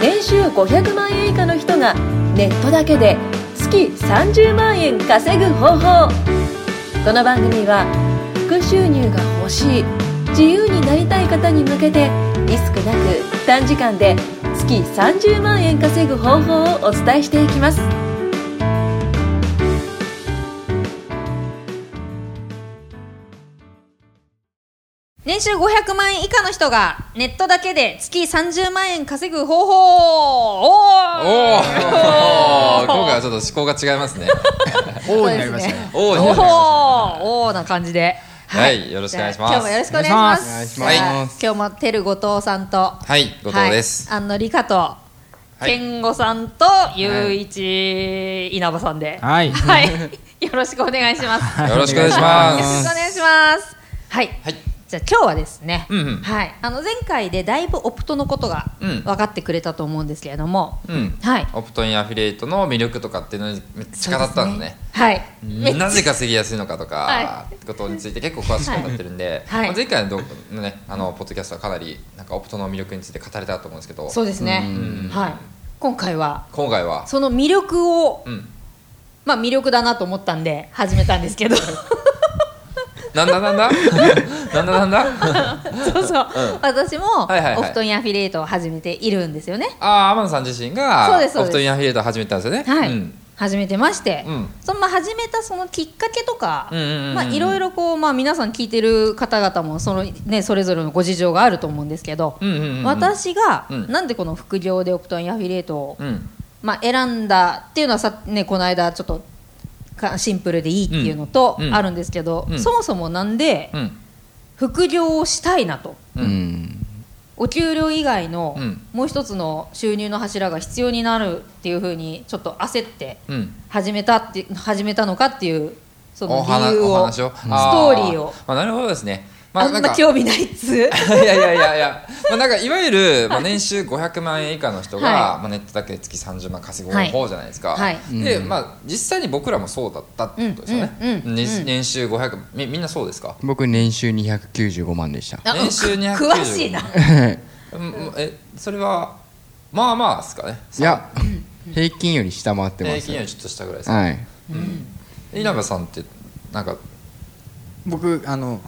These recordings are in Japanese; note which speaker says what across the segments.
Speaker 1: 年収500万円以下の人がネットだけで月30万円稼ぐ方法この番組は副収入が欲しい自由になりたい方に向けてリスクなく短時間で月30万円稼ぐ方法をお伝えしていきます
Speaker 2: 年収500万円以下の人がネットだけで月30万円稼ぐ方法
Speaker 3: お
Speaker 2: おー
Speaker 3: お今回はちょっと思考が違いますね
Speaker 4: 王になりましたね。
Speaker 3: おー
Speaker 2: お
Speaker 3: になりました
Speaker 2: ーおーな感じで
Speaker 3: は
Speaker 2: はい
Speaker 3: よろしくお願いします
Speaker 2: じゃあ今日もよろしくお願いします
Speaker 4: お願いし
Speaker 3: ます
Speaker 2: じゃあ
Speaker 3: はい
Speaker 2: 今日もてる後藤さんと
Speaker 3: はい後藤です、
Speaker 2: はい、あのりかと
Speaker 3: い
Speaker 2: 健吾さんとゆういち稲葉さんでは
Speaker 4: はい。
Speaker 2: い、よろしくお願いします
Speaker 3: よろしくお願いし
Speaker 2: よ
Speaker 3: ま
Speaker 2: ろしくお
Speaker 3: す
Speaker 2: 願いします。はい。
Speaker 3: はい
Speaker 2: じゃあ今日はですね、
Speaker 3: うんうん
Speaker 2: はい、あの前回でだいぶオプトのことが
Speaker 3: うん
Speaker 2: 分かってくれたと思うんですけれども、
Speaker 3: うん
Speaker 2: はい、
Speaker 3: オプトインアフィリエイトの魅力とかっていうのにめっちゃ語ったんでね
Speaker 2: はい、めっちゃ
Speaker 3: なぜ稼ぎやすいのかと
Speaker 2: は
Speaker 3: かってことについて結構詳しく語ってるんで、
Speaker 2: はいはい
Speaker 3: まあ前回の動画のねあのポッドキャストはかなりなんかオプトの魅力について語れたと思うんですけど
Speaker 2: そうですね、はい、今回は
Speaker 3: 今回は
Speaker 2: その魅力を、
Speaker 3: うん
Speaker 2: まあ魅力だなと思ったんで始めたんです けど、そ
Speaker 3: なん だなんだなんだなんだ
Speaker 2: うそう、私も
Speaker 3: はいはいはい
Speaker 2: オフトインアフィリエイトを始めているんですよね。
Speaker 3: ああ天野さん自身
Speaker 2: そう
Speaker 3: が
Speaker 2: ですそう
Speaker 3: オ
Speaker 2: です
Speaker 3: プトインアフィリエイトを始めたんですよね
Speaker 2: はい、
Speaker 3: うん
Speaker 2: 始めてまして、
Speaker 3: うん
Speaker 2: そのまあ始めたそのきっかけとか、
Speaker 3: うんうんうんうん
Speaker 2: まあいろいろこうまあ皆さん聞いてる方々もそのねそれぞれのご事情があると思うんですけど、
Speaker 3: うんうんうんうん
Speaker 2: 私が
Speaker 3: うん
Speaker 2: なんでこの副業でオプトインアフィリエイトを、
Speaker 3: うん
Speaker 2: まあ選んだっていうのはさねこの間ちょっとかシンプルでいいっていうのと
Speaker 3: うんうん
Speaker 2: あるんですけど、
Speaker 3: うん
Speaker 2: そもそもなんで
Speaker 3: うん
Speaker 2: 副業をしたいなと。
Speaker 4: うん。
Speaker 2: お給料以外の
Speaker 3: うん
Speaker 2: もう一つの収入の柱が必要になるっていうふうにちょっと焦って
Speaker 3: うん
Speaker 2: 始めたって始めたのかっていうその
Speaker 3: お
Speaker 2: 理
Speaker 3: 話
Speaker 2: 由
Speaker 3: お
Speaker 2: を
Speaker 3: 話
Speaker 2: スト
Speaker 3: を
Speaker 2: ーリーを
Speaker 3: あまあなるほどですねま
Speaker 2: あ
Speaker 3: あ
Speaker 2: ん
Speaker 3: なん
Speaker 2: ま
Speaker 3: か
Speaker 2: 興味ないっつう
Speaker 3: いやいやいやいや、まあ、なんかいわゆ る、まあ、年収500万円以下の人が、
Speaker 2: は
Speaker 3: まあ、ネットだけで月30万稼ぐ
Speaker 2: はい
Speaker 3: 方じゃないですか、
Speaker 2: はい
Speaker 3: で、まあ、実際に僕らもそうだったってことですよね、
Speaker 2: うんうんうん
Speaker 3: 年年収500みみんなそうですか
Speaker 4: 僕年収295万でした。
Speaker 2: あ
Speaker 3: 年収295
Speaker 2: 詳しいな
Speaker 3: うんえそれはまあまあですかね
Speaker 4: いや、平均より下回ってま
Speaker 3: 平
Speaker 4: す
Speaker 3: 均よ。りちょっとしたぐらいですか、
Speaker 4: はい。
Speaker 3: 稲葉さんってなんか
Speaker 5: 僕あの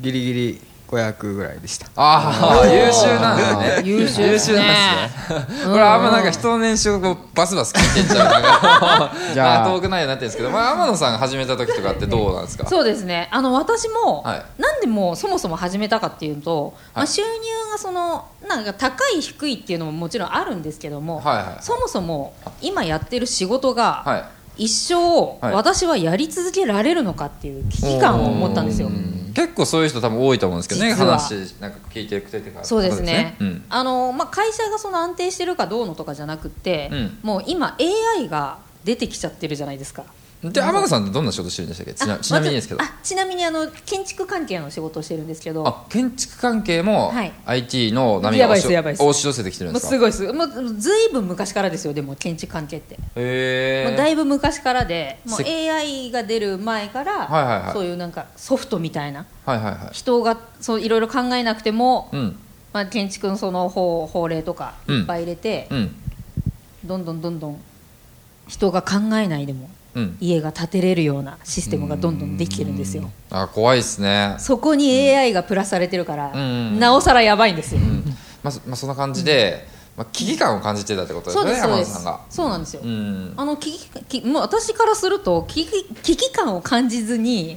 Speaker 5: ギリギリ500ぐらいでした
Speaker 3: ああ優秀なんですね
Speaker 2: 優秀ですね
Speaker 3: なんですねこれあんまなんか人の年収をこうバスバス聞いてんじゃうなんか
Speaker 4: じゃあ
Speaker 3: まあ遠くないようになってるんですけど、まあ、天野さんが始めた時とかってどうな んですか
Speaker 2: そうですねあの私も、
Speaker 3: は
Speaker 2: なんでもうそもそも始めたかっていうと、ま
Speaker 3: は
Speaker 2: あ、
Speaker 3: い
Speaker 2: 収入がそのなんか高い低いっていうのももちろんあるんですけども、
Speaker 3: はいはい
Speaker 2: そもそも今やってる仕事が、
Speaker 3: はい
Speaker 2: 一生
Speaker 3: はい
Speaker 2: 私はやり続けられるのかっていう危機感を持ったんですよ。
Speaker 3: 結構そういう人多分多いと思うんですけどね
Speaker 2: 実は
Speaker 3: 話なんか聞いてくれてから
Speaker 2: そうですね
Speaker 3: うん
Speaker 2: あの、まあ、会社がその安定してるかどうのとかじゃなくて、
Speaker 3: うん
Speaker 2: もう今 AI が出てきちゃってるじゃないですか。
Speaker 3: で天野さんってどんな仕事してるんでしたっけちな
Speaker 2: あ
Speaker 3: ちなみにですけど
Speaker 2: まずあちなみにあの建築関係の仕事をしてるんですけども
Speaker 3: あ建築関係も
Speaker 2: はい
Speaker 3: IT の波
Speaker 2: や
Speaker 3: が
Speaker 2: ばい
Speaker 3: 押
Speaker 2: です
Speaker 3: し
Speaker 2: やばいです
Speaker 3: 押し寄せてきてるん
Speaker 2: う
Speaker 3: です
Speaker 2: す
Speaker 3: か
Speaker 2: ごいですもうずいぶん昔からですよでも建築関係って、
Speaker 3: へ
Speaker 2: もうだ
Speaker 3: え
Speaker 2: いぶ昔からでもう
Speaker 3: せ
Speaker 2: AI が出る前から、
Speaker 3: はいはいはい
Speaker 2: そういうなんかソフトみたいな
Speaker 3: はいはいはい
Speaker 2: 人がそういろいろ考えなくても、
Speaker 3: うん
Speaker 2: まあ、建築のその法法令とか
Speaker 3: うん
Speaker 2: いっぱい入れて、
Speaker 3: うん
Speaker 2: どんどんどんどん人が考えないでも
Speaker 3: うん
Speaker 2: 家が建てれるようなシステムがどんどんできてるんですよ
Speaker 3: あ怖いですね
Speaker 2: そこに AI がプラスされてるから、
Speaker 3: うん
Speaker 2: なおさらやばいんですよ、
Speaker 3: まあ、そまあそんな感じで、まあ、危機感を感じてたってことです
Speaker 2: そう
Speaker 3: よ
Speaker 2: で
Speaker 3: ね
Speaker 2: すそう
Speaker 3: 山
Speaker 2: で
Speaker 3: 田さん
Speaker 2: す
Speaker 3: が。
Speaker 2: そうなんですよ、
Speaker 3: うん
Speaker 2: あの危機きもう私からすると危機危機感を感じずに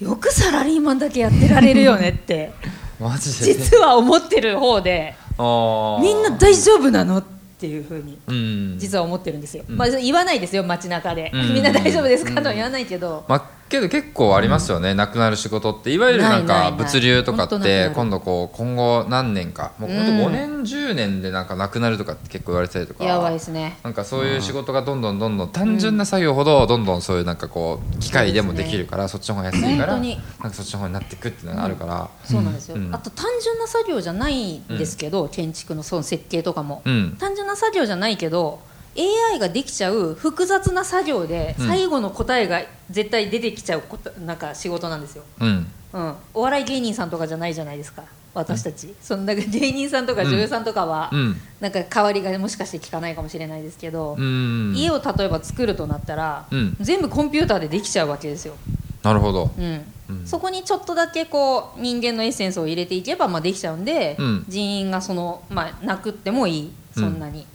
Speaker 3: う、ん、
Speaker 2: よくサラリーマンだけやってられるよねって
Speaker 3: マジで、ね、
Speaker 2: 実は思ってる方で
Speaker 3: あー
Speaker 2: みんな大丈夫なのっていうふうに
Speaker 3: うん
Speaker 2: 実は思ってるんですよ、まあ、言わないですよ街中で、
Speaker 3: うん
Speaker 2: みんな大丈夫ですかとは言わないけど、
Speaker 3: まあ、けど結構ありますよね、なくなる仕事っていわゆるなん
Speaker 2: ないな
Speaker 3: か
Speaker 2: いない
Speaker 3: 物流とか
Speaker 2: ほ
Speaker 3: っ
Speaker 2: んとなくな
Speaker 3: て
Speaker 2: る
Speaker 3: 今度こう今後何年かもう本当5年10年でなんかなくなるとかって結構言われてたりとか
Speaker 2: やばいですね
Speaker 3: なんかそういう仕事がどんどんどんどん単純な作業ほどどんどんそういうなんかこう機械でもできるからそっちの方が安いから
Speaker 2: 本当
Speaker 3: なん
Speaker 2: に
Speaker 3: かそっちの方になっていくっていうのがあるから
Speaker 2: そうなんですよ、
Speaker 3: うん
Speaker 2: あと単純な作業じゃないんですけど、建築のその設計とかも、
Speaker 3: うん
Speaker 2: 単純な作業じゃないけど AI ができちゃう複雑な作業で
Speaker 3: うん
Speaker 2: 最後の答えが絶対出てきちゃうことなんか仕事なんですよ、
Speaker 3: うん
Speaker 2: うん、お笑い芸人さんとかじゃないじゃないですか私たちそんな芸人さんとか女優さんとかは、
Speaker 3: うん
Speaker 2: なんか代わりがもしかして効かないかもしれないですけど、
Speaker 3: うん
Speaker 2: 家を例えば作るとなったら、
Speaker 3: うん
Speaker 2: 全部コンピューターでできちゃうわけですよ、
Speaker 3: なるほど
Speaker 2: うん
Speaker 3: うん
Speaker 2: そこにちょっとだけこう人間のエッセンスを入れていけばまあできちゃうんで、
Speaker 3: うん
Speaker 2: 人員がその、まあ、なくってもいいそんなに、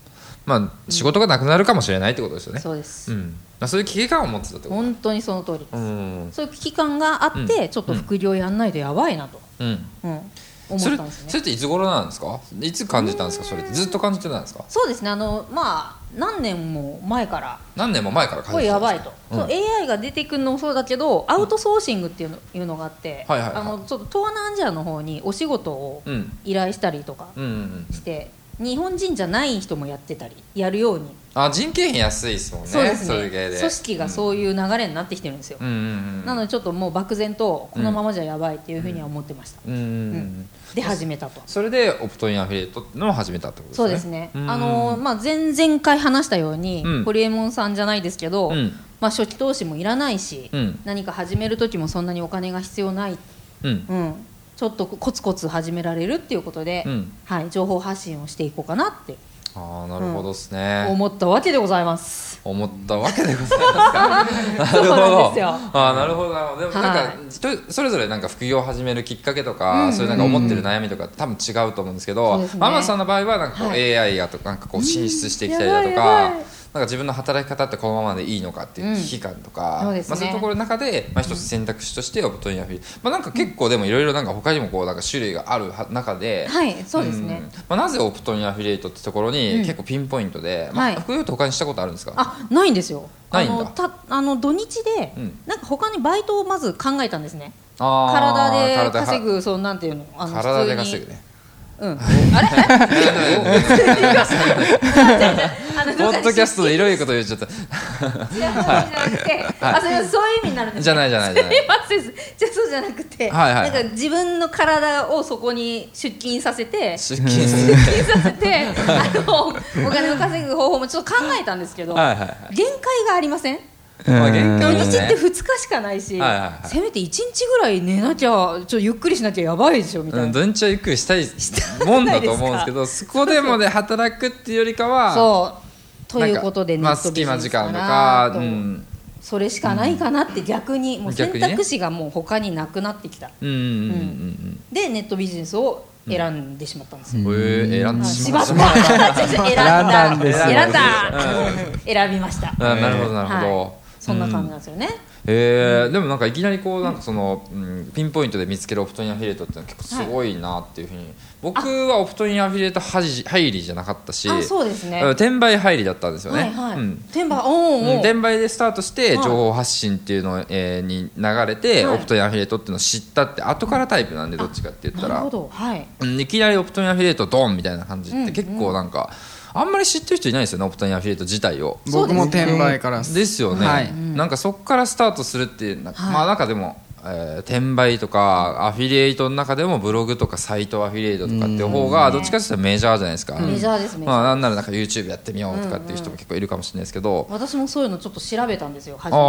Speaker 3: まあ仕事がなくなるかもしれないってことですよね
Speaker 2: そうです、
Speaker 3: うんまあそういう危機感を持ってたってこと
Speaker 2: 本当にその通りです、
Speaker 3: うん
Speaker 2: そういう危機感があって、
Speaker 3: うん
Speaker 2: ちょっと副業やんないとやばいなと、
Speaker 3: うん
Speaker 2: うん
Speaker 3: そ
Speaker 2: 思っ
Speaker 3: れ
Speaker 2: たんですね
Speaker 3: それっていつ頃なんですかいつ感じたんですかそれってずっと感じてたんですか
Speaker 2: そうですねあのまあ何年も前から
Speaker 3: 何年も前から感
Speaker 2: こ
Speaker 3: じ
Speaker 2: れ
Speaker 3: てた
Speaker 2: や
Speaker 3: んで
Speaker 2: ば
Speaker 3: す
Speaker 2: い
Speaker 3: か
Speaker 2: と、
Speaker 3: うん
Speaker 2: そう AI が出てくるのもそうだけどアウトソーシングっていうのいうのがあって、
Speaker 3: はいはいはい
Speaker 2: あのちょっと東南アジアの方にお仕事を
Speaker 3: うん
Speaker 2: 依頼したりとか
Speaker 3: うんうんうん
Speaker 2: して、日本人じゃない人もやってたりやるように、
Speaker 3: あ人件費安いですもんね
Speaker 2: そうです
Speaker 3: れ系
Speaker 2: ね
Speaker 3: で
Speaker 2: 組織がそういう流れになってきてるんですよ、
Speaker 3: うんうん
Speaker 2: なのでちょっともう漠然とこのままじゃやばいっていうふうには思ってました、
Speaker 3: うんうんうんうん
Speaker 2: で始めたと。
Speaker 3: それでオプトインアフィリエイトってのを始めたってことです
Speaker 2: そ
Speaker 3: ね
Speaker 2: うですね、
Speaker 3: ん
Speaker 2: あのまあ、前々回話したように、
Speaker 3: うん
Speaker 2: ホリエモンさんじゃないですけど、
Speaker 3: うん
Speaker 2: まあ、初期投資もいらないし、
Speaker 3: うん
Speaker 2: 何か始める時もそんなにお金が必要ない、
Speaker 3: うん
Speaker 2: うん、ちょっとコツコツ始められるっていうことで、
Speaker 3: うん
Speaker 2: はい、情報発信をしていこうかなって
Speaker 3: ああなるほどですね、
Speaker 2: 思ったわけでございます。
Speaker 3: 思ったわけでござ いますか
Speaker 2: そうなんですよ
Speaker 3: ああなるほどなるほどでもなんか、
Speaker 2: はい
Speaker 3: 人それぞれなんか副業を始めるきっかけとか、そういうなんか思ってる悩みとか多分違うと思うんですけど、
Speaker 2: そうですね
Speaker 3: ママさんの場合はなんかこう、
Speaker 2: は
Speaker 3: AI がとかなんかこう進出してきたりだと
Speaker 2: うんやばいや
Speaker 3: か、
Speaker 2: ばい
Speaker 3: なんか自分の働き方ってこのままでいいのかっていう危機感とか、
Speaker 2: うんそうですね
Speaker 3: まあ、そういうところの中で、まあ、一つ選択肢としてオプトインアフィリ、まあ、なんか結構でもいろいろなんか他にもこうなんか種類があるは中で、
Speaker 2: はいそうですね、
Speaker 3: んまあ、なぜオプトインアフィリエイトってところに結構ピンポイントで、ま
Speaker 2: はい
Speaker 3: あ、副業って他にしたことあるんですか、
Speaker 2: あないんですよ
Speaker 3: ないんだ
Speaker 2: あのたあの土日で、
Speaker 3: うん
Speaker 2: なんか他にバイトをまず考えたんですね
Speaker 3: あー
Speaker 2: 体で
Speaker 3: 体
Speaker 2: 稼ぐそうなんていうのあの
Speaker 3: 体で
Speaker 2: 普通
Speaker 3: 稼
Speaker 2: に
Speaker 3: ぐね
Speaker 2: うん、あれあの
Speaker 3: ポッドキャストでいろいろこと言っちゃった
Speaker 2: 違う話じゃなくて、あそれはそういう意味になるんです
Speaker 3: じゃないじゃないじゃない
Speaker 2: すいませんじゃあそうじゃなくて、
Speaker 3: はいはいはい
Speaker 2: なんか自分の体をそこに出勤させて
Speaker 3: 出勤す
Speaker 2: 出
Speaker 3: る
Speaker 2: 勤させてあのお金を稼ぐ方法もちょっと考えたんですけど、
Speaker 3: はいはいはい
Speaker 2: 限界がありません
Speaker 3: まあ限
Speaker 2: 土
Speaker 3: 界
Speaker 2: 日
Speaker 3: です
Speaker 2: っ
Speaker 3: ね
Speaker 2: て2日しかないし、
Speaker 3: はいはいはい
Speaker 2: せめて1日ぐらい寝なきゃちょっとゆっくりしなきゃやばいでしょみたいな、
Speaker 3: うん土日はゆっくりしたいもんだと思うんですけどそこでもで働くっていうよりかは
Speaker 2: そうということで
Speaker 3: なん
Speaker 2: ネ
Speaker 3: かまあ
Speaker 2: ットビ
Speaker 3: 隙
Speaker 2: ジ
Speaker 3: 間
Speaker 2: ネス
Speaker 3: 時
Speaker 2: か
Speaker 3: 間
Speaker 2: な
Speaker 3: とか
Speaker 2: と
Speaker 3: うん
Speaker 2: それしかないかなって逆にもう選
Speaker 3: 逆にね
Speaker 2: 択肢がもう他になくなってきた、
Speaker 3: うんうんうん
Speaker 2: でネットビジネスを選んでしまったんです
Speaker 3: う
Speaker 2: よ、
Speaker 3: んえー選んでし
Speaker 2: し
Speaker 3: ま
Speaker 2: まっ
Speaker 3: っ
Speaker 2: たた 選んだ
Speaker 4: 選んだんですよ
Speaker 2: 選んだ選びました
Speaker 3: あなるほどなるほ
Speaker 2: はい
Speaker 3: ど
Speaker 2: そんな感じなんですよね、
Speaker 3: えーでもなんかいきなりこうなんかその、うんピンポイントで見つけるオプトインアフィリエイトってのは結構すごいなっていうふうに、僕はオプトインアフィリエイトはじ入りじゃなかったし
Speaker 2: あそうですね
Speaker 3: ん転売入りだったんですよね、
Speaker 2: はいはい、
Speaker 3: うん
Speaker 2: 天馬お
Speaker 3: うん
Speaker 2: んおん
Speaker 3: 転売でスタートして
Speaker 2: はい
Speaker 3: 情報発信っていうの、えーに流れて、
Speaker 2: はい
Speaker 3: オプトインアフィリエイトっていうのを知ったって後からタイプなんでどっちかって言っ
Speaker 2: な
Speaker 3: た
Speaker 2: る
Speaker 3: ら
Speaker 2: ほどはい
Speaker 3: うんいきなりオプトインアフィリエイトドンみたいな感じ
Speaker 2: うん
Speaker 3: っ
Speaker 2: うん
Speaker 3: て結構なんか、あんまり知ってる人いないですよねオプトインアフィリエイト自体を。
Speaker 2: そう
Speaker 5: 僕
Speaker 2: ですね
Speaker 5: も転売からす
Speaker 3: ですよね、
Speaker 5: はい
Speaker 3: うんなんかそこからスタートするってなんか、
Speaker 2: はい
Speaker 3: まあなんかでも、えー転売とかアフィリエイトの中でもブログとかサイトアフィリエイトとかっていう方がどっちかというとメジャーじゃないですか、
Speaker 2: メジャーですメジャー
Speaker 3: まあ、なんならなんか YouTube やってみようとかっていう人も結構いるかもしれないですけど、
Speaker 2: 私もそういうのちょっと調べたんですよ初め
Speaker 3: あ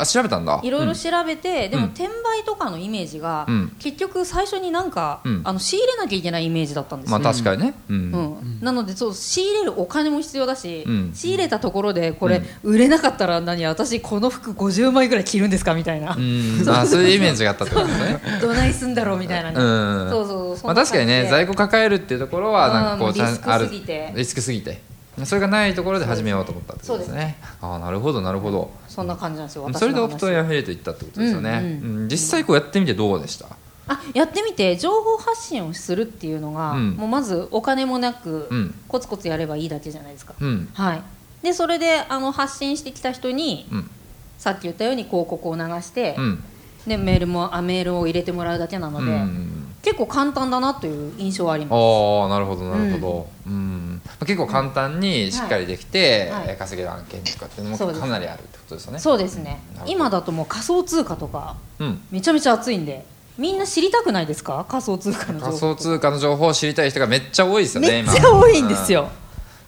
Speaker 3: ーあ調べたんだ
Speaker 2: いろいろ調べて、でも転売とかのイメージが、
Speaker 3: うん
Speaker 2: 結局最初になんか、
Speaker 3: うん
Speaker 2: あの仕入れなきゃいけないイメージだったんです
Speaker 3: ま
Speaker 2: よ、
Speaker 3: あ確かにね、うん
Speaker 2: うん、なのでそう仕入れるお金も必要だし、
Speaker 3: うん
Speaker 2: 仕入れたところでこれ、売れなかったら何私この服50枚ぐらい着るんですかみたいな、
Speaker 3: うんまあそういうイメージがあったってことです ね
Speaker 2: どないすんだろうみたいなね、
Speaker 3: うん
Speaker 2: そうそうそ
Speaker 3: ま
Speaker 2: ん
Speaker 3: あ、
Speaker 2: な感
Speaker 3: 確
Speaker 2: じ
Speaker 3: かにね在
Speaker 2: で
Speaker 3: 庫抱えるっていうところはなんかこ
Speaker 2: う
Speaker 3: うんちゃんある
Speaker 2: リスクすぎて
Speaker 3: リスクすぎてそれがないところで始めようと思ったってことです
Speaker 2: そう
Speaker 3: ねああなるほどなるほど
Speaker 2: そんな感じなんですよ私の話
Speaker 3: それでオプトインアフィリエイト行ったってことですよね、
Speaker 2: う
Speaker 3: うん実際こうやってみてどうでした
Speaker 2: あやってみて情報発信をするっていうのが、
Speaker 3: うん
Speaker 2: もうまずお金もなく、
Speaker 3: うん
Speaker 2: コツコツやればいいだけじゃないですか、
Speaker 3: うん
Speaker 2: はいでそれであの発信してきた人に、
Speaker 3: うん
Speaker 2: さっき言ったように広告を流して、
Speaker 3: うん
Speaker 2: でメールもあメールを入れてもらうだけなの
Speaker 3: う
Speaker 2: で、
Speaker 3: ん
Speaker 2: 結構簡単だなという印象はあります
Speaker 3: ああなるほどなるほど、うんまあ結構簡単にしっかりできて、
Speaker 2: はいはい
Speaker 3: えー稼げる案件とかっていうのも
Speaker 2: そうです
Speaker 3: かなりあるってことですよね
Speaker 2: そうですね
Speaker 3: なるほど
Speaker 2: 今だともう仮想通貨とか
Speaker 3: うん
Speaker 2: めちゃめちゃ熱いんでみんな知りたくないですか仮想通貨の情報
Speaker 3: 仮想通貨の情報を知りたい人がめっちゃ多いですよね
Speaker 2: めっちゃ多いんです
Speaker 3: うん
Speaker 2: よ、
Speaker 3: ま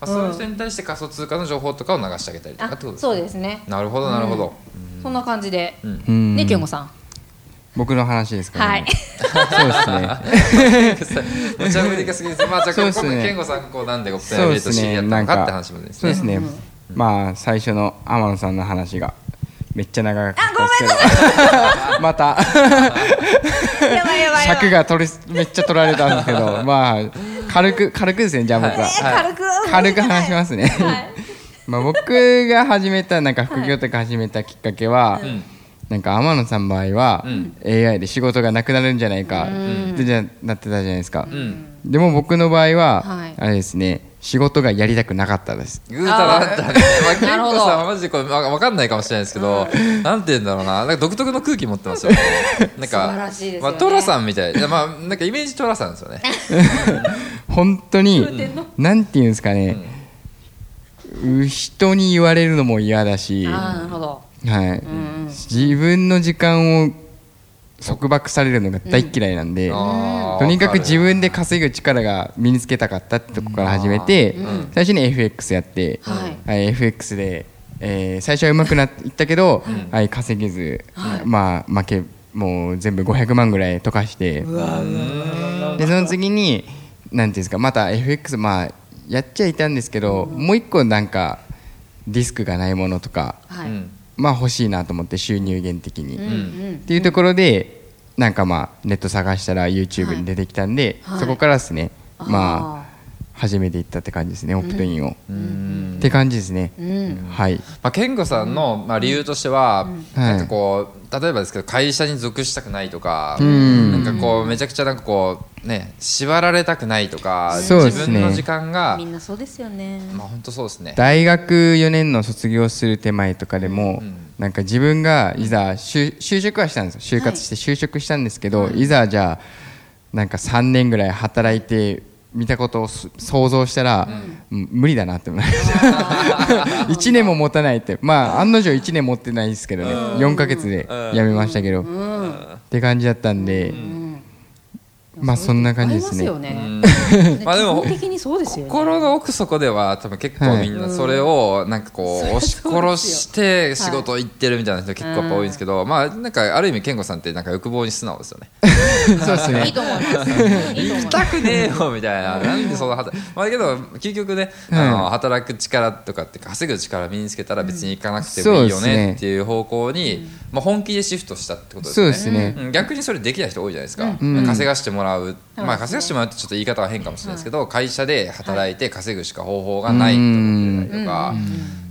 Speaker 3: あ、そういう人に対して仮想通貨の情報とかを流してあげたりとかってこと
Speaker 2: あ
Speaker 3: です
Speaker 2: そう
Speaker 3: ね
Speaker 2: ですね
Speaker 3: なるほどなるほど、
Speaker 2: そんな感じで、
Speaker 3: うん
Speaker 4: うん
Speaker 2: ね、ケンゴさん
Speaker 4: 僕の話ですか
Speaker 2: は
Speaker 4: ら
Speaker 2: い
Speaker 4: ね。そうですね。
Speaker 3: 無茶ぶりが過ぎてまあじゃ
Speaker 4: そう
Speaker 3: あ
Speaker 4: っ
Speaker 3: 今
Speaker 4: すね
Speaker 3: 回健吾さんがこうなんでオプトイン
Speaker 4: そ
Speaker 3: ア
Speaker 4: う
Speaker 3: フィリエ
Speaker 4: で
Speaker 3: イト
Speaker 4: す
Speaker 3: を知り合
Speaker 4: ね。
Speaker 3: った
Speaker 4: な
Speaker 3: の
Speaker 4: ん
Speaker 3: かっ
Speaker 4: か
Speaker 3: て話もです
Speaker 4: そう
Speaker 3: ね
Speaker 4: ですね。まあ最初の天野さんの話がめっちゃ長かったですけど。 また
Speaker 2: やばいやばいやばい
Speaker 4: 尺が取れめっちゃ取られたんですけど、まあ軽く軽くですね。じゃあ僕は。
Speaker 2: え軽く
Speaker 4: 軽く話しますね、 まあ僕が始めたなんか副業とか始めたきっかけは、
Speaker 3: ん
Speaker 4: なんか天野さんの場合は、
Speaker 3: うん
Speaker 4: AI で仕事がなくなるんじゃないかってじゃなってたじゃないですか、
Speaker 3: うん
Speaker 4: でも僕の場合は、
Speaker 2: はい
Speaker 4: あれですね仕事がやりたくなかったです
Speaker 3: グータラだったね。まあ、
Speaker 2: な
Speaker 3: 健
Speaker 2: るほ
Speaker 3: 吾
Speaker 2: ど
Speaker 3: さんはマジでこれわわかんないかもしれないですけど、なんて言うんだろうな、なんか独特の空気持ってますよ。な
Speaker 2: 素
Speaker 3: んか、
Speaker 2: 晴らしいですよね
Speaker 3: まあ、トラさんみたい。いやまあ、なんかイメージトラさんですよね。
Speaker 4: 本当になんていうんですかね、う人に言われるのも嫌だし、
Speaker 2: ああなるほど
Speaker 4: はい自分の時間を束縛されるのが大嫌いなんで、
Speaker 3: あー
Speaker 4: とにかく自分で稼ぐ力が身につけたかったってとこから始めて、最初に FX やって、
Speaker 2: はい
Speaker 4: はい FX で、えー最初はうまくなっていったけど、はい、稼げず、まあ負けもう全部500万ぐらい溶かしてでその次になんていうんですかまた FX まあやっちゃいたんですけど、もう一個なんかリスクがないものとか、
Speaker 2: は
Speaker 3: う
Speaker 2: いうん
Speaker 3: ん
Speaker 4: まあ、欲しいなと思って収入源的に。
Speaker 2: うん
Speaker 4: っていうところでなんかまあネット探したら YouTube に出てきたんで、
Speaker 2: はい
Speaker 4: そこからですね
Speaker 2: ー
Speaker 4: まあ始めていったって感じですねオプトインを、って感じですね、はい
Speaker 3: まあ、健吾さんの、まあ、理由としては、
Speaker 4: はい
Speaker 3: なんかこう例えばですけど会社に属したくないとか、
Speaker 4: ん
Speaker 3: なんかこうめちゃくちゃなんかこうね縛られたくないとか、
Speaker 4: そうですね
Speaker 3: 自分の時間が
Speaker 2: み、んなそうですよね
Speaker 3: まあ本当そうですね。
Speaker 4: 大学4年の卒業する手前とかでも、なんか自分がいざ就就職はしたんですよ就活して就職したんですけど、い、ざじゃあなんか3年ぐらい働いて見たことをす想像したら、うん無理だなって思いました1年も持たないってまあ案の定1年持ってないですけどね4ヶ月で辞めましたけど、って感じだったんで、まあそんな感じですね
Speaker 2: ありますよね
Speaker 3: うんまあでも
Speaker 2: 基本的にそうですよね
Speaker 3: 心の奥底では多分結構みんなそれをなんかこう押し殺して仕事行ってるみたいな人結構やっぱ多いんですけど、まあなんかある意味健吾さんってなんか欲望に素直ですよね
Speaker 4: そうです
Speaker 2: いい
Speaker 4: ね
Speaker 2: と思いますいいと思い
Speaker 3: 行き
Speaker 2: ます
Speaker 3: たくねえよみたいななんでそんな働まあだけど究極ね、あの働く力とかって稼ぐ力身につけたら別に行かなくてもいいよ
Speaker 4: そうです
Speaker 3: ね
Speaker 4: ね
Speaker 3: っていう方向に、まあ、本気でシフトしたってことです
Speaker 4: そ
Speaker 3: よ
Speaker 4: う
Speaker 3: ね
Speaker 4: ですね、
Speaker 3: うん逆にそれできない人多いじゃないですか、稼がしてもらう、まあ稼がしてもらうってちょっと言い方は変かもしれないですけど、会社で働いて稼ぐしか方法がないと思ってたりとか、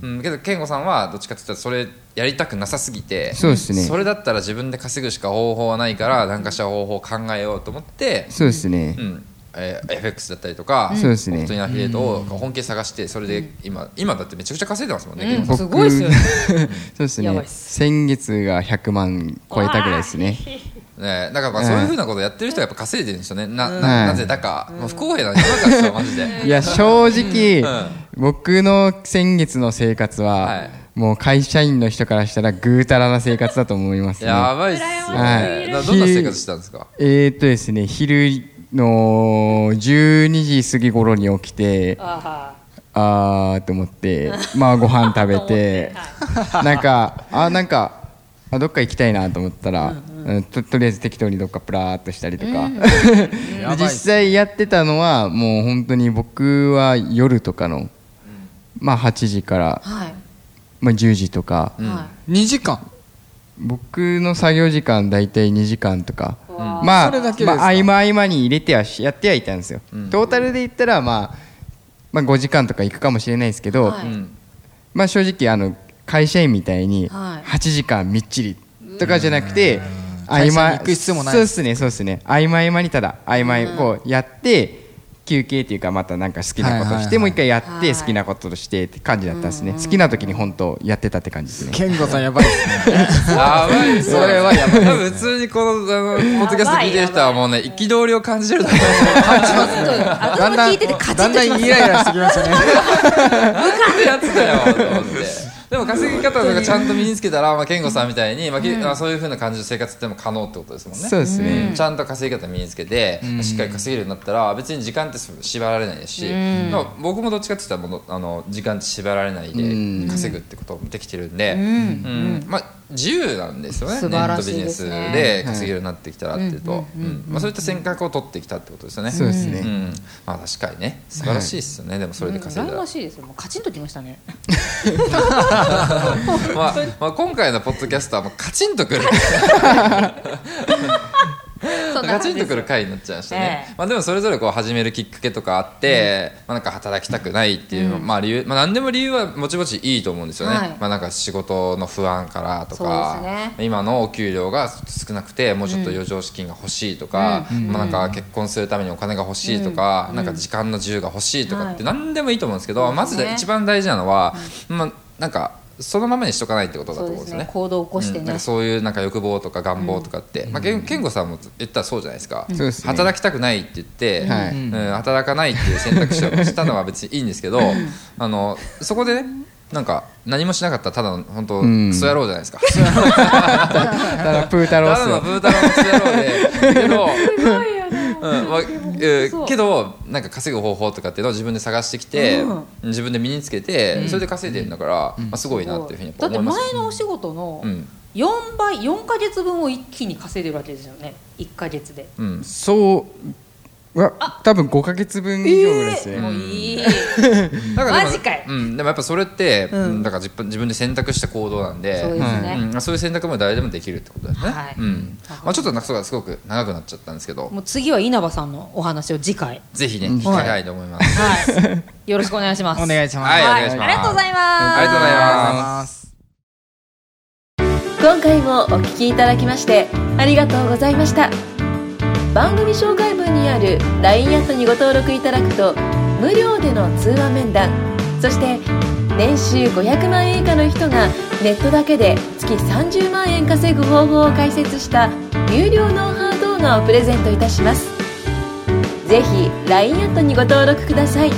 Speaker 3: うん、けど健吾さんはどっちかって言ったらそれやりたくなさすぎて
Speaker 4: そうですね
Speaker 3: それだったら自分で稼ぐしか方法はないから何かした方法を考えようと思って、
Speaker 4: そうですね、
Speaker 3: うんえー FX だったりとか、
Speaker 4: そうですね
Speaker 3: 本当にアフィリエイトを本気で探してそれで今今だってめちゃくちゃ稼いでますもんね、健吾さん
Speaker 2: すごいっすよね
Speaker 4: そうです
Speaker 2: やば
Speaker 4: ね
Speaker 2: いっす
Speaker 4: 先月が100万超えたぐらいですね
Speaker 3: ね、だからまあそういうふうなことやってる人はやっぱ稼いでるんですよね、な
Speaker 4: う
Speaker 3: なんなぜだか、もう不公平なんじゃなかったですよ、マジで。
Speaker 4: いや正直、僕の先月の生活は、
Speaker 3: はい
Speaker 4: もう会社員の人からしたらぐうたらな生活だと思いますね
Speaker 3: やばいっすよ
Speaker 4: は
Speaker 3: ね、
Speaker 4: い
Speaker 3: などんな生活してたんですか、
Speaker 4: えー、っとですね昼の12時過ぎ頃に起きて
Speaker 2: あ
Speaker 4: あーと思ってまあご飯食べてなんかあなんかあどっか行きたいなと思ったら、うんととりあえず適当にどっかプラーっとしたりとか、
Speaker 5: やばい
Speaker 4: 実際やってたのはもう本当に僕は夜とかの、まあ、8時から、
Speaker 2: ーはい
Speaker 4: まあ、10時とか、
Speaker 2: は
Speaker 5: 2時間
Speaker 4: 僕の作業時間大体2時間とか、
Speaker 2: わ
Speaker 4: まあ、
Speaker 5: それだけです
Speaker 4: ま
Speaker 5: か
Speaker 4: あ、合間合間に入れてはしやってはいたんですよ、トータルで言ったら、まあ、まあ5時間とかいくかもしれないですけど、
Speaker 2: は
Speaker 3: う
Speaker 2: い
Speaker 3: ん、
Speaker 4: まあ、正直あの会社員みたいに
Speaker 2: は
Speaker 4: 8
Speaker 2: い
Speaker 4: 時間みっちりとかじゃなくて合
Speaker 5: 会社
Speaker 4: 間
Speaker 5: に行く必要もない
Speaker 4: そうですねそうですね合間合間にただ合間こうやって休憩っていうかまたなんか好きなことしてもう一回や
Speaker 2: は
Speaker 4: っ
Speaker 2: い
Speaker 4: て好きなこととしてって感じだったんですね好きな時に本当やってたって感じですね
Speaker 5: 健吾さんやばいですね
Speaker 3: やばいっすよ
Speaker 5: それはやばい
Speaker 3: 多分普通にこのあのポッドキャスト聞いてる人はもうね憤りを感じてると思う
Speaker 2: あ
Speaker 5: だんだ
Speaker 2: 頭
Speaker 5: ん
Speaker 2: 聞いててカチ
Speaker 5: だ
Speaker 2: ッ
Speaker 5: ん
Speaker 2: と
Speaker 5: だ
Speaker 2: しま
Speaker 5: ん
Speaker 2: す
Speaker 5: イライラしてきましたね
Speaker 3: やつだよと思 ってでも稼ぎ方とかちゃんと身につけたら、まあ、健吾さんみたいに、まあけあそういうふうな感じの生活っても可能ってことですもんね
Speaker 4: そうですね
Speaker 3: んちゃんと稼ぎ方身につけて、しっかり稼げるようになったら別に時間って縛られないですし、まあ僕もどっちかって言ったらもうあの時間って縛られないで稼ぐってこともできてるんで、うんまあ自由なんですよね
Speaker 2: 素晴らしいですね
Speaker 3: ネットビジネスで稼げるようになってきたらっていうとうんまあそういった選択を取ってきたってことですよね
Speaker 4: そうですね
Speaker 3: んまあ確かにね素晴らしいですよねでもそれで稼いだ
Speaker 2: 羨
Speaker 3: ら
Speaker 2: ましいですよもうカチンときましたね
Speaker 3: まあまあ今回のポッドキャストはもうカチンとくる
Speaker 2: そんな
Speaker 3: ガ
Speaker 2: 感
Speaker 3: チ
Speaker 2: じ
Speaker 3: ン
Speaker 2: で
Speaker 3: と
Speaker 2: す
Speaker 3: く
Speaker 2: よ
Speaker 3: る回になっちゃいましたね、
Speaker 2: ええ
Speaker 3: まあ、でもそれぞれこう始めるきっかけとかあって、まあ、なんか働きたくないっていうの、まあ理由まあ、何でも理由はもちもちいいと思うんですよね、
Speaker 2: はい
Speaker 3: まあ、なんか仕事の不安からと
Speaker 2: そ
Speaker 3: か、
Speaker 2: うです
Speaker 3: 今のお給料が少なくてもうちょっと余剰資金が欲しいとか,、まあ、なんか結婚するためにお金が欲しいとか、なんか時間の自由が欲しいとかって何でもいいと思うんですけど、まず
Speaker 2: そうですね
Speaker 3: 一番大事なのは、まあ、なんかそのままにしとかないってことだ
Speaker 2: そ
Speaker 3: と
Speaker 2: う
Speaker 3: 思う
Speaker 2: で
Speaker 3: んですすね
Speaker 2: ね。行動を起こして
Speaker 3: うんなん
Speaker 2: ね
Speaker 3: かそういうなんか欲望とか願望とかって、まあ、けん健吾さんも言ったらそうじゃないですか、
Speaker 4: そうですね
Speaker 3: 働きたくないって言って、
Speaker 4: は
Speaker 3: う
Speaker 4: い
Speaker 3: ん働かないっていう選択肢をしたのは別にいいんですけどあのそこでねなんか何もしなかったらただの本当
Speaker 4: ん
Speaker 3: クソ野郎じゃないですか、
Speaker 4: ただプータ
Speaker 3: た
Speaker 4: ローっ
Speaker 3: だ
Speaker 4: す
Speaker 3: の
Speaker 4: よ
Speaker 3: ブータラのクソ野郎でけどうんまあえーけどなんか稼ぐ方法とかっていうのを自分で探してきて、自分で身につけて、それで稼いでるんだから、まあ、すごいなっていうふうにやっぱ
Speaker 2: だって
Speaker 3: 思いま
Speaker 2: 前
Speaker 3: す
Speaker 2: のお仕事の
Speaker 3: うん
Speaker 2: 4倍4か月分を一気に稼いでるわけですよね1か月で
Speaker 3: うん、
Speaker 4: そうは多分5か月分以上ぐらいですね、
Speaker 2: もういい
Speaker 3: だからでも
Speaker 2: マジかい
Speaker 3: うん、でもやっぱそれって、うんだから自分自分で選択した行動なんで
Speaker 2: そうですね
Speaker 3: うんうんそういう選択も誰でもできるってことですね、
Speaker 2: はい
Speaker 3: うんまあ、ちょっとなんかそうだすごく長くなっちゃったんですけど
Speaker 2: もう次は稲葉さんのお話を次回
Speaker 3: ぜひね聞きたいと思います、
Speaker 2: はいよろしくお願いします
Speaker 5: お願いします、
Speaker 3: はい
Speaker 2: は
Speaker 3: お願いします
Speaker 2: ありがとうございます
Speaker 3: ありがとうござい
Speaker 5: ありがとう
Speaker 1: 今
Speaker 3: ます
Speaker 5: ございます
Speaker 1: 回もお聞きいただきましてありがとうございました番組紹介文にある LINE アットにご登録いただくと無料での通話面談そして年収500万円以下の人がネットだけで月30万円稼ぐ方法を解説した有料ノウハウ動画をプレゼントいたしますぜひ LINE アットにご登録ください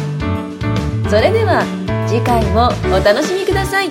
Speaker 1: それでは次回もお楽しみください